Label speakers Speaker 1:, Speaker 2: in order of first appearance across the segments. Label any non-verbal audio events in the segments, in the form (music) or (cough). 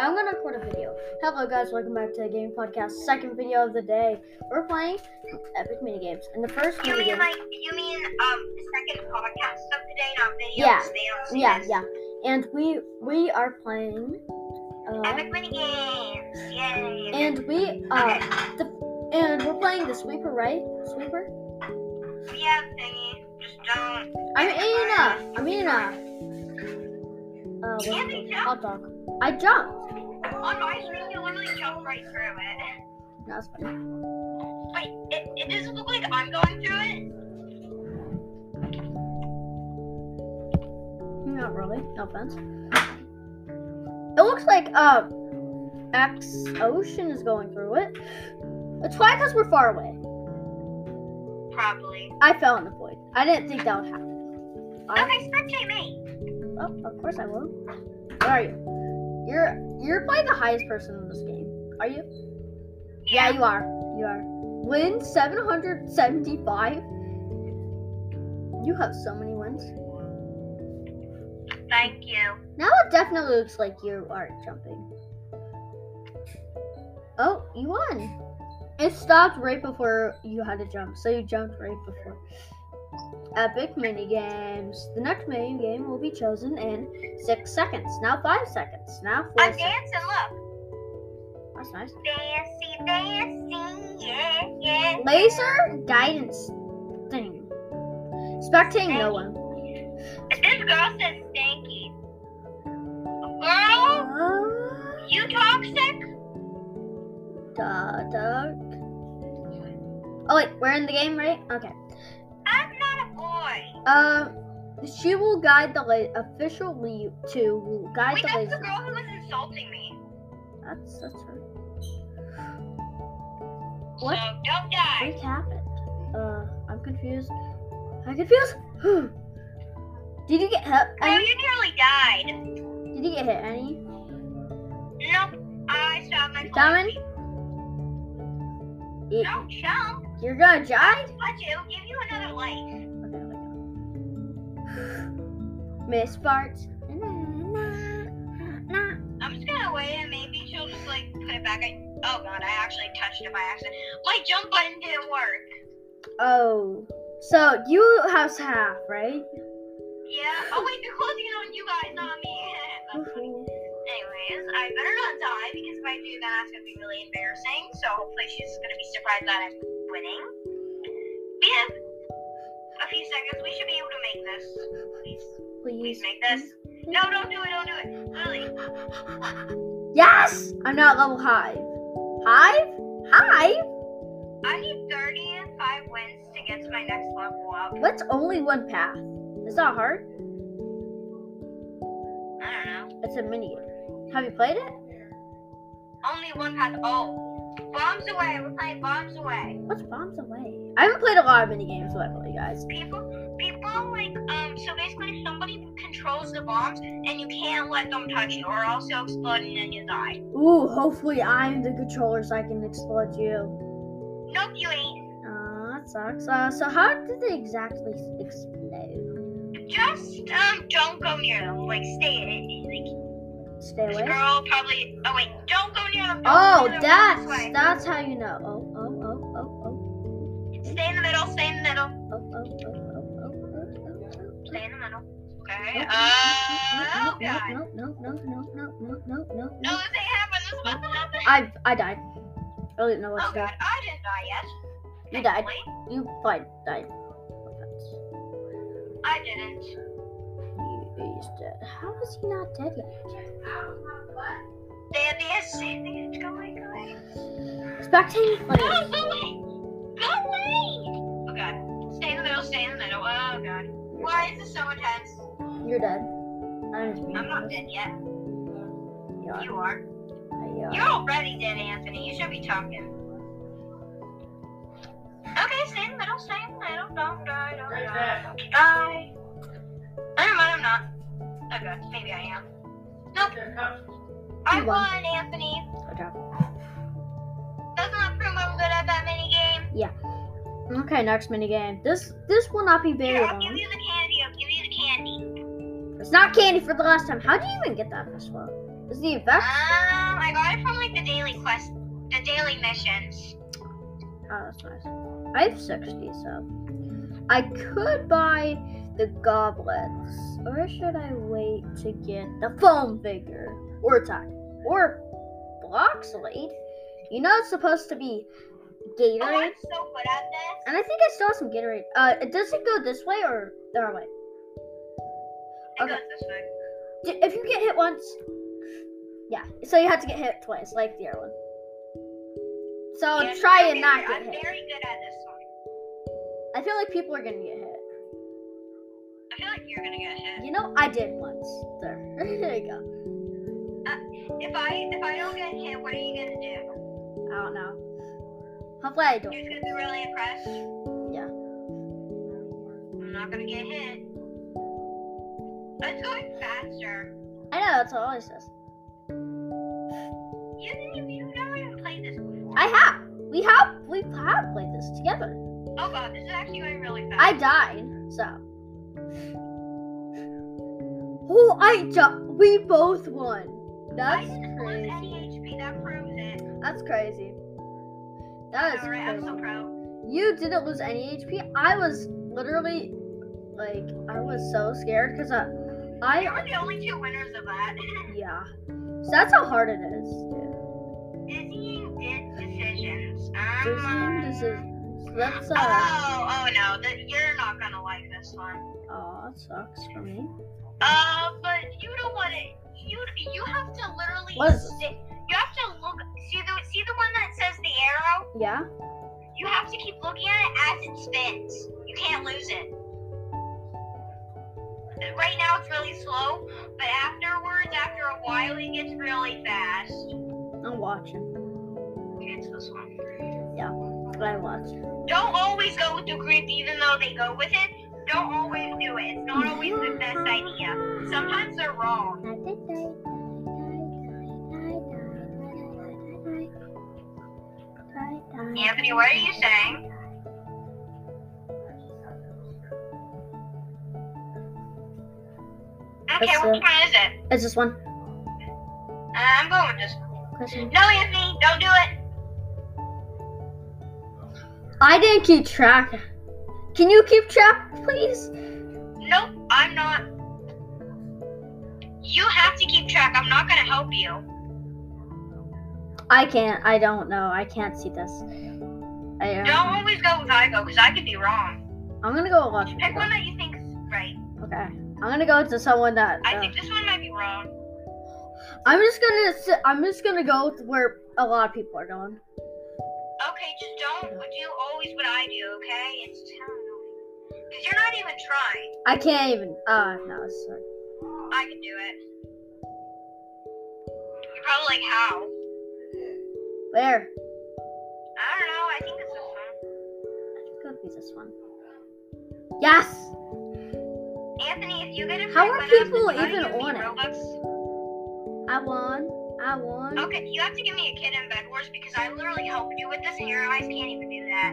Speaker 1: I'm gonna record a video. Hello guys, welcome back to the Game Podcast. Second video of the day. We're playing epic minigames. And the first
Speaker 2: You mean
Speaker 1: minigame.
Speaker 2: like you mean um the second podcast of today, not videos?
Speaker 1: Yeah.
Speaker 2: so they don't see
Speaker 1: yeah,
Speaker 2: this?
Speaker 1: yeah. And we we are playing uh,
Speaker 2: Epic mini games, yay!
Speaker 1: and we uh
Speaker 2: okay,
Speaker 1: the, and we're playing the sweeper, right? Sweeper?
Speaker 2: yeah, thingy, just don't.
Speaker 1: I'm eating a I'm eating a uh
Speaker 2: Yeah,
Speaker 1: what's
Speaker 2: they
Speaker 1: it called? hot
Speaker 2: jump.
Speaker 1: dog. I jumped.
Speaker 2: On my screen, you literally jump right through it.
Speaker 1: That's funny.
Speaker 2: Wait, it, it doesn't look like I'm going through it.
Speaker 1: Not really, no offense. It looks like uh X Ocean is going through it. It's why because we're far away.
Speaker 2: Probably.
Speaker 1: I fell in the void. I didn't think that would happen. I,
Speaker 2: Okay, spectate me.
Speaker 1: oh, of course I will. Where are you? You're you're probably the highest person in this game. Are you? Yeah, you are. You are. Win 775. You have so many wins.
Speaker 2: Thank you.
Speaker 1: Now it definitely looks like you are jumping. Oh, you won. It stopped right before you had to jump, so you jumped right before. Epic minigames. The next mini game will be chosen in six seconds. Now five seconds. Now four
Speaker 2: I'm
Speaker 1: seconds.
Speaker 2: dancing. Look,
Speaker 1: That's nice.
Speaker 2: dancing, dancing, yeah, yeah.
Speaker 1: Laser guidance thing. Spectating no one.
Speaker 2: This girl says stanky. Girl,
Speaker 1: Uh,
Speaker 2: you toxic?
Speaker 1: da, dark. Oh wait, we're in the game, right? Okay.
Speaker 2: I'm not a boy.
Speaker 1: Um, she will guide the la- official lead to will guide
Speaker 2: Wait,
Speaker 1: the
Speaker 2: that's the
Speaker 1: laser.
Speaker 2: girl who was insulting me.
Speaker 1: That's that's her. What?
Speaker 2: So don't die.
Speaker 1: What happened? Uh, I'm confused. I'm confused. (sighs) Did you get hit?
Speaker 2: Girl,
Speaker 1: Any?
Speaker 2: you nearly died.
Speaker 1: Did you get hit? Any?
Speaker 2: Nope. I saw my
Speaker 1: Diamond?
Speaker 2: phone.
Speaker 1: It,
Speaker 2: Don't jump.
Speaker 1: you're gonna die.
Speaker 2: Punch it. It'll give you another life.
Speaker 1: Okay, wait. (sighs) Miss Farts. Na, na, na, na.
Speaker 2: I'm just gonna wait and maybe she'll just like put it back. I- oh god, I actually touched it by accident. My jump button didn't work.
Speaker 1: Oh, so you have half, right?
Speaker 2: Yeah. Oh wait, they're closing it on you guys, not me. (laughs) That's funny. Anyways, I better not die because if I do, then that's gonna be really embarrassing. So hopefully she's gonna be surprised that I'm winning. We have a few seconds. We should be able to make this. Please,
Speaker 1: Please.
Speaker 2: please make this. No, don't do it. Don't do it. Lily,
Speaker 1: Yes! I'm not level hive. Hive? Hive?
Speaker 2: I need 35 wins to get to my next level up.
Speaker 1: What's only one path? It's not hard.
Speaker 2: I don't know.
Speaker 1: It's a mini game. Have you played it?
Speaker 2: Only one path. Oh, bombs away. We're playing bombs away.
Speaker 1: What's bombs away? I haven't played a lot of mini games lately, guys.
Speaker 2: People, people like um. So basically, somebody controls the bombs, and you can't let them touch you, or else you'll explode and then you die.
Speaker 1: Ooh, hopefully I'm the controller so I can explode you.
Speaker 2: Nope, you ain't.
Speaker 1: Aw, that sucks. Uh, so how did they exactly explode?
Speaker 2: Just um, don't go near them. Like stay. in- Like
Speaker 1: Stay
Speaker 2: this
Speaker 1: away.
Speaker 2: girl probably. Oh wait, don't go near them. Don't go
Speaker 1: Oh,
Speaker 2: near them,
Speaker 1: that's
Speaker 2: this way.
Speaker 1: that's how you know. Oh, oh, oh, oh, oh,
Speaker 2: Stay in the middle. Stay in the middle.
Speaker 1: oh, oh, oh, oh, oh, oh, oh.
Speaker 2: Stay in the middle. Okay. Uh,
Speaker 1: No,
Speaker 2: oh god.
Speaker 1: no, no, no, no, no, no, no, no,
Speaker 2: No,
Speaker 1: no.
Speaker 2: this ain't happened. This is about to happen.
Speaker 1: I I died. I didn't know what
Speaker 2: Oh
Speaker 1: to
Speaker 2: god, I didn't die yet.
Speaker 1: do. You died.
Speaker 2: Thankfully.
Speaker 1: You died. Died.
Speaker 2: I didn't. (gasps)
Speaker 1: You is dead. How is he not dead yet?
Speaker 2: There, there, stay there. Go away, go away.
Speaker 1: Spectating Oh,
Speaker 2: Go
Speaker 1: players.
Speaker 2: away. Go away. Oh god. Stay in the middle. Stay in the middle. Oh god. Why is this so intense?
Speaker 1: You're dead. I'm just being
Speaker 2: I'm not
Speaker 1: honest.
Speaker 2: dead yet.
Speaker 1: You are.
Speaker 2: You are.
Speaker 1: You are.
Speaker 2: You're already dead, Anthony. You should be talking. Okay, stay in the middle, stay in the middle. Don't die, don't die. Don't die. Never mind, I'm not. Okay, maybe I am. Nope. I
Speaker 1: You won.
Speaker 2: won, Anthony.
Speaker 1: Good job.
Speaker 2: Doesn't that prove I'm good at that minigame?
Speaker 1: Okay, next minigame. This this will not be very
Speaker 2: Here, I'll give
Speaker 1: long.
Speaker 2: you the candy. I'll give you the candy.
Speaker 1: It's not candy for the last time. How do you even get that this well? Is the effect?
Speaker 2: Um, Um, I got it from like the daily quest, the daily missions.
Speaker 1: Oh, that's nice. I have 60, so I could buy the goblets, or should I wait to get the foam figure or attack or Bloxlade? You know it's supposed to be
Speaker 2: Oh, I'm
Speaker 1: Gatorade,
Speaker 2: so good at this.
Speaker 1: and I think I still have some Gatorade. Uh, does it go this way or that way?
Speaker 2: It
Speaker 1: Okay.
Speaker 2: goes this way.
Speaker 1: D- If you get hit once, yeah. So you have to get hit twice, like the other one. So
Speaker 2: Yeah,
Speaker 1: try
Speaker 2: I'm
Speaker 1: and not
Speaker 2: very-
Speaker 1: get hit.
Speaker 2: I'm very good at this one.
Speaker 1: I feel like people are gonna get hit.
Speaker 2: I feel like you're gonna get hit.
Speaker 1: You know, I did once. There, (laughs) there you go.
Speaker 2: If I if I don't get hit, what are you gonna do?
Speaker 1: I don't know. Hopefully, I don't.
Speaker 2: You're just gonna be really impressed.
Speaker 1: Yeah.
Speaker 2: I'm not gonna get hit. It's going faster.
Speaker 1: I know that's what always says.
Speaker 2: You didn't even you never even played this before.
Speaker 1: I have. We have. We have played this together.
Speaker 2: Oh god, this is actually going really fast.
Speaker 1: I died. So. Oh, I ju- We both won.
Speaker 2: I
Speaker 1: That's
Speaker 2: didn't lose any
Speaker 1: crazy.
Speaker 2: HP. That proves it.
Speaker 1: That's crazy. That is
Speaker 2: All right, I'm so
Speaker 1: crazy.
Speaker 2: proud.
Speaker 1: You didn't lose any HP. I was literally, like, I was so scared because I,
Speaker 2: You
Speaker 1: I,
Speaker 2: were the only two winners of that. (laughs)
Speaker 1: yeah. So that's how hard it is. Dude.
Speaker 2: Dizzying did decisions. Um,
Speaker 1: Dizzying decisions. That's uh.
Speaker 2: Oh, oh no, th- you're not gonna like this one.
Speaker 1: Aw, it sucks for me.
Speaker 2: Uh, but you don't want it. You you have to literally.
Speaker 1: What is this?
Speaker 2: sit- you have to look. See the see the one that says the arrow.
Speaker 1: Yeah.
Speaker 2: You have to keep looking at it as it spins. You can't lose it. Right now it's really slow, but afterwards, after a while, it gets really fast.
Speaker 1: I'm watching.
Speaker 2: It's this one.
Speaker 1: I watch.
Speaker 2: Don't always go with the group, even though they go with it. Don't always do it. It's not always the best idea. Sometimes they're wrong. Anthony, what are you saying? Okay,
Speaker 1: That's
Speaker 2: which
Speaker 1: it.
Speaker 2: one is it?
Speaker 1: It's this one
Speaker 2: Uh, I'm going with this one.
Speaker 1: question.
Speaker 2: No, Anthony, don't do it.
Speaker 1: I didn't keep track. Can you keep track, please?
Speaker 2: Nope, I'm not. You have to keep track. I'm not going to help you.
Speaker 1: I can't. I don't know. I can't see this. I don't.
Speaker 2: Don't always go with I go because I could be wrong.
Speaker 1: I'm gonna go watch.
Speaker 2: Pick one that you think's right.
Speaker 1: Okay. I'm gonna go to someone that.
Speaker 2: I
Speaker 1: uh,
Speaker 2: think this one might be wrong.
Speaker 1: I'm just gonna. sit- I'm just gonna go with where a lot of people are going.
Speaker 2: Okay, just don't do always what I do, okay? It's terrible. Because you're not even trying.
Speaker 1: I can't even. Uh, no. It's not.
Speaker 2: I can do it. You're probably like, how?
Speaker 1: Where?
Speaker 2: I don't know. I think it's this one.
Speaker 1: I think it'll be this one. Yes.
Speaker 2: Anthony, if you get a free
Speaker 1: How are
Speaker 2: one off this
Speaker 1: people
Speaker 2: site,
Speaker 1: even
Speaker 2: you give me
Speaker 1: on it?
Speaker 2: Robux.
Speaker 1: I won. I won.
Speaker 2: Okay, you have to give me a kid in bed wars because I literally helped you with this, and your eyes can't even do that.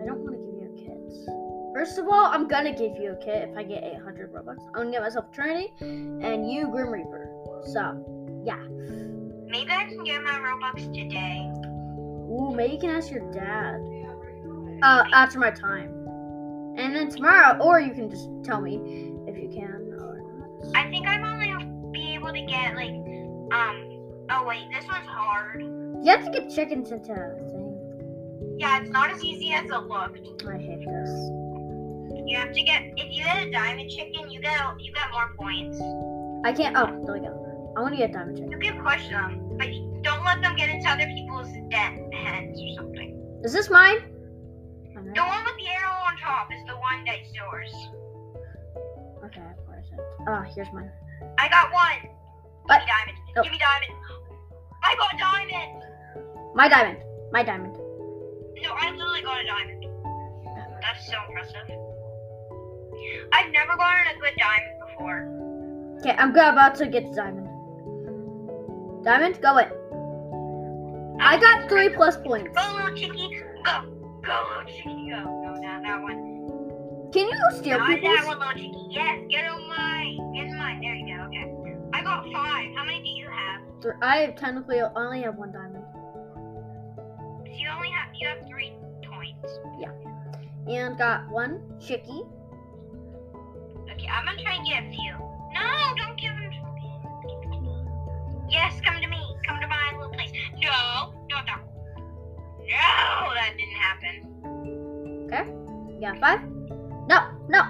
Speaker 1: I don't want to give you a kit. First of all, I'm gonna give you a kit if I get 800 Robux. I'm gonna get myself Trinity and you Grim Reaper. So,
Speaker 2: Maybe I can get my Robux today.
Speaker 1: ooh, maybe you can ask your dad. Uh, after my time. And then tomorrow, or you can just tell me if you can or not.
Speaker 2: I think I'm only be able to get like, um. Oh wait, this one's hard.
Speaker 1: You have to get uh, chickens into a thing.
Speaker 2: Yeah, it's not as easy as it looked.
Speaker 1: I hate this.
Speaker 2: You have to get if you get a diamond chicken, you get a- you get more points.
Speaker 1: I can't. Oh, there we go. I want to get diamond chicken.
Speaker 2: You can push them, but don't let them get into other people's dead heads or something.
Speaker 1: Is this mine? Oh,
Speaker 2: The one with the arrow on top is the one that's yours.
Speaker 1: Okay, where is it? Ah, here's mine.
Speaker 2: I got one.
Speaker 1: What?
Speaker 2: Give me diamond.
Speaker 1: No.
Speaker 2: Give me diamond. I got diamond.
Speaker 1: My diamond. My diamond.
Speaker 2: No, I literally got a diamond. That's so impressive. I've never gotten a good diamond before.
Speaker 1: Okay, I'm go- about to get the diamond. Diamond, go in. I got three plus points.
Speaker 2: Go, little chicky. Go. Go, little chicky. Go. No, not that one.
Speaker 1: Can you steal
Speaker 2: Not that
Speaker 1: people's?
Speaker 2: one, little chicky. Yes, get on mine. Get in mine. There you go. Okay. I got five. How many do you have?
Speaker 1: three. I have technically only have one diamond,
Speaker 2: You only have you have three points.
Speaker 1: and got one chicky.
Speaker 2: Okay, I'm gonna try and get a few. No, don't give them to me. Yes, come to me. Come to my little place. No, no, no. No, that didn't happen.
Speaker 1: Yeah, five. No, no.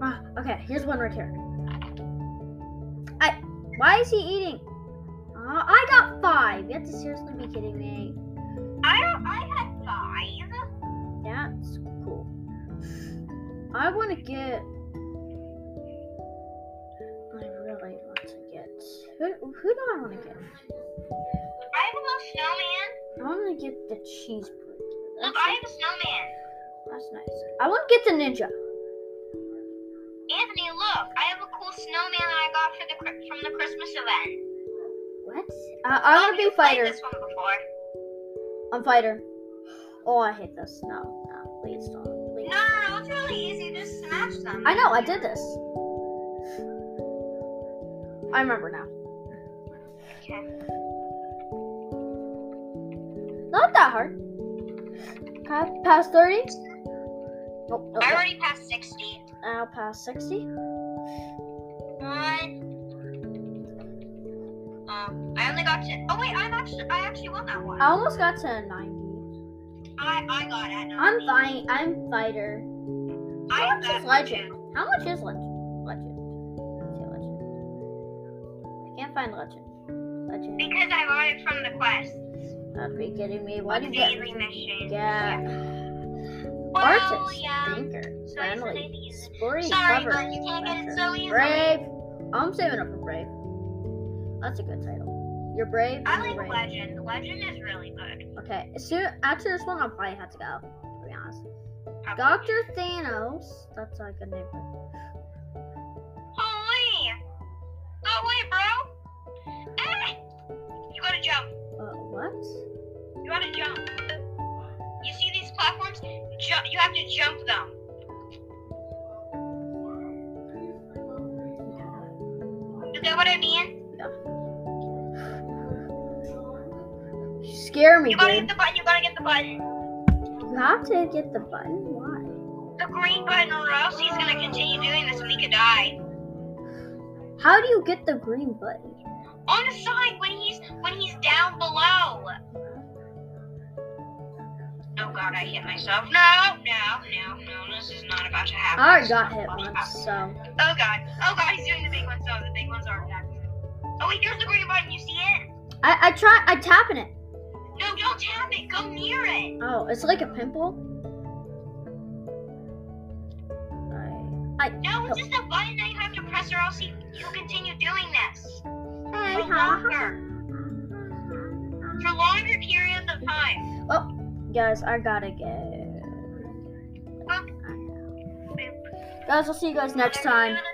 Speaker 1: Ah, okay, here's one right here. I. Why is he eating? Aw, I got five. You have to seriously be kidding me.
Speaker 2: I I had five.
Speaker 1: That's cool. I want to get. I really want to get. Who, who do I want to get?
Speaker 2: I have a little snowman.
Speaker 1: I want to get the cheeseburger.
Speaker 2: Look,
Speaker 1: That's,
Speaker 2: I have a snowman.
Speaker 1: that's nice. I want to get the ninja.
Speaker 2: Anthony, look, I have a cool snowman that I got for the Chri- from the Christmas event.
Speaker 1: What? I, I want to
Speaker 2: Oh, You've
Speaker 1: be
Speaker 2: played
Speaker 1: fighter.
Speaker 2: This one before.
Speaker 1: I'm fighter. Oh, I hate this. No, no, please don't. Please.
Speaker 2: No, no, no, it's really easy. Just smash them.
Speaker 1: I know, I did this. I remember now.
Speaker 2: Okay.
Speaker 1: Not that hard. Okay, past 30? Nope, nope,
Speaker 2: I
Speaker 1: nope.
Speaker 2: already passed sixty.
Speaker 1: Now past 60.
Speaker 2: One. Um, I only got to. Oh wait, I'm actually. I actually won that one.
Speaker 1: I almost got to 90.
Speaker 2: I I got it. no,
Speaker 1: I'm fine. I'm fighter.
Speaker 2: I
Speaker 1: How much
Speaker 2: got
Speaker 1: is
Speaker 2: that one
Speaker 1: legend?
Speaker 2: too.
Speaker 1: How much is legend? Legend. Let's see, legend. I can't find legend. Legend.
Speaker 2: Because I got it from the quest.
Speaker 1: Gotta be kidding me. Why
Speaker 2: the
Speaker 1: did you get
Speaker 2: daily mission.
Speaker 1: Yeah.
Speaker 2: Well,
Speaker 1: Artist,
Speaker 2: Oh, yeah.
Speaker 1: thinker,
Speaker 2: So I said I'd
Speaker 1: friendly,
Speaker 2: use it.
Speaker 1: sporty,
Speaker 2: Sorry,
Speaker 1: clever,
Speaker 2: but you can't get it so easily.
Speaker 1: brave. Oh, I'm saving up for brave. That's a good title. You're brave.
Speaker 2: I
Speaker 1: and you're
Speaker 2: like
Speaker 1: brave.
Speaker 2: Legend. Legend is really good.
Speaker 1: Okay, soon after this one, I'll probably have to go. To be honest,
Speaker 2: Probably.
Speaker 1: Doctor Thanos. That's like a name.
Speaker 2: Holy! No way, bro! Ah! You gotta jump.
Speaker 1: Uh, what?
Speaker 2: You gotta jump. You see these platforms? Ju- you have to jump them. You get what I mean?
Speaker 1: You scare me,
Speaker 2: You gotta
Speaker 1: dude.
Speaker 2: hit the button. You gotta get the button.
Speaker 1: You have to get the button. Why?
Speaker 2: The green button, or else he's gonna continue doing this and we could die.
Speaker 1: How do you get the green button?
Speaker 2: On the side when he's when he's down below. Oh god, I hit myself. No, no, no, no. This is not about to happen.
Speaker 1: I
Speaker 2: This is
Speaker 1: got
Speaker 2: not
Speaker 1: hit
Speaker 2: about to
Speaker 1: once, so
Speaker 2: Oh god. Oh god, he's doing the big ones. Oh, the big ones are attacking. Oh wait, there's the green button. You see it?
Speaker 1: I I try I tapping it.
Speaker 2: No, don't tap it. Go near it.
Speaker 1: Oh, it's like a pimple. I
Speaker 2: No, it's just a button that you have to press, or else you, you continue doing this
Speaker 1: Hey,
Speaker 2: for
Speaker 1: ha, ha.
Speaker 2: longer, for longer periods of time.
Speaker 1: Guys, I gotta go. Guys, I'll see you guys next time.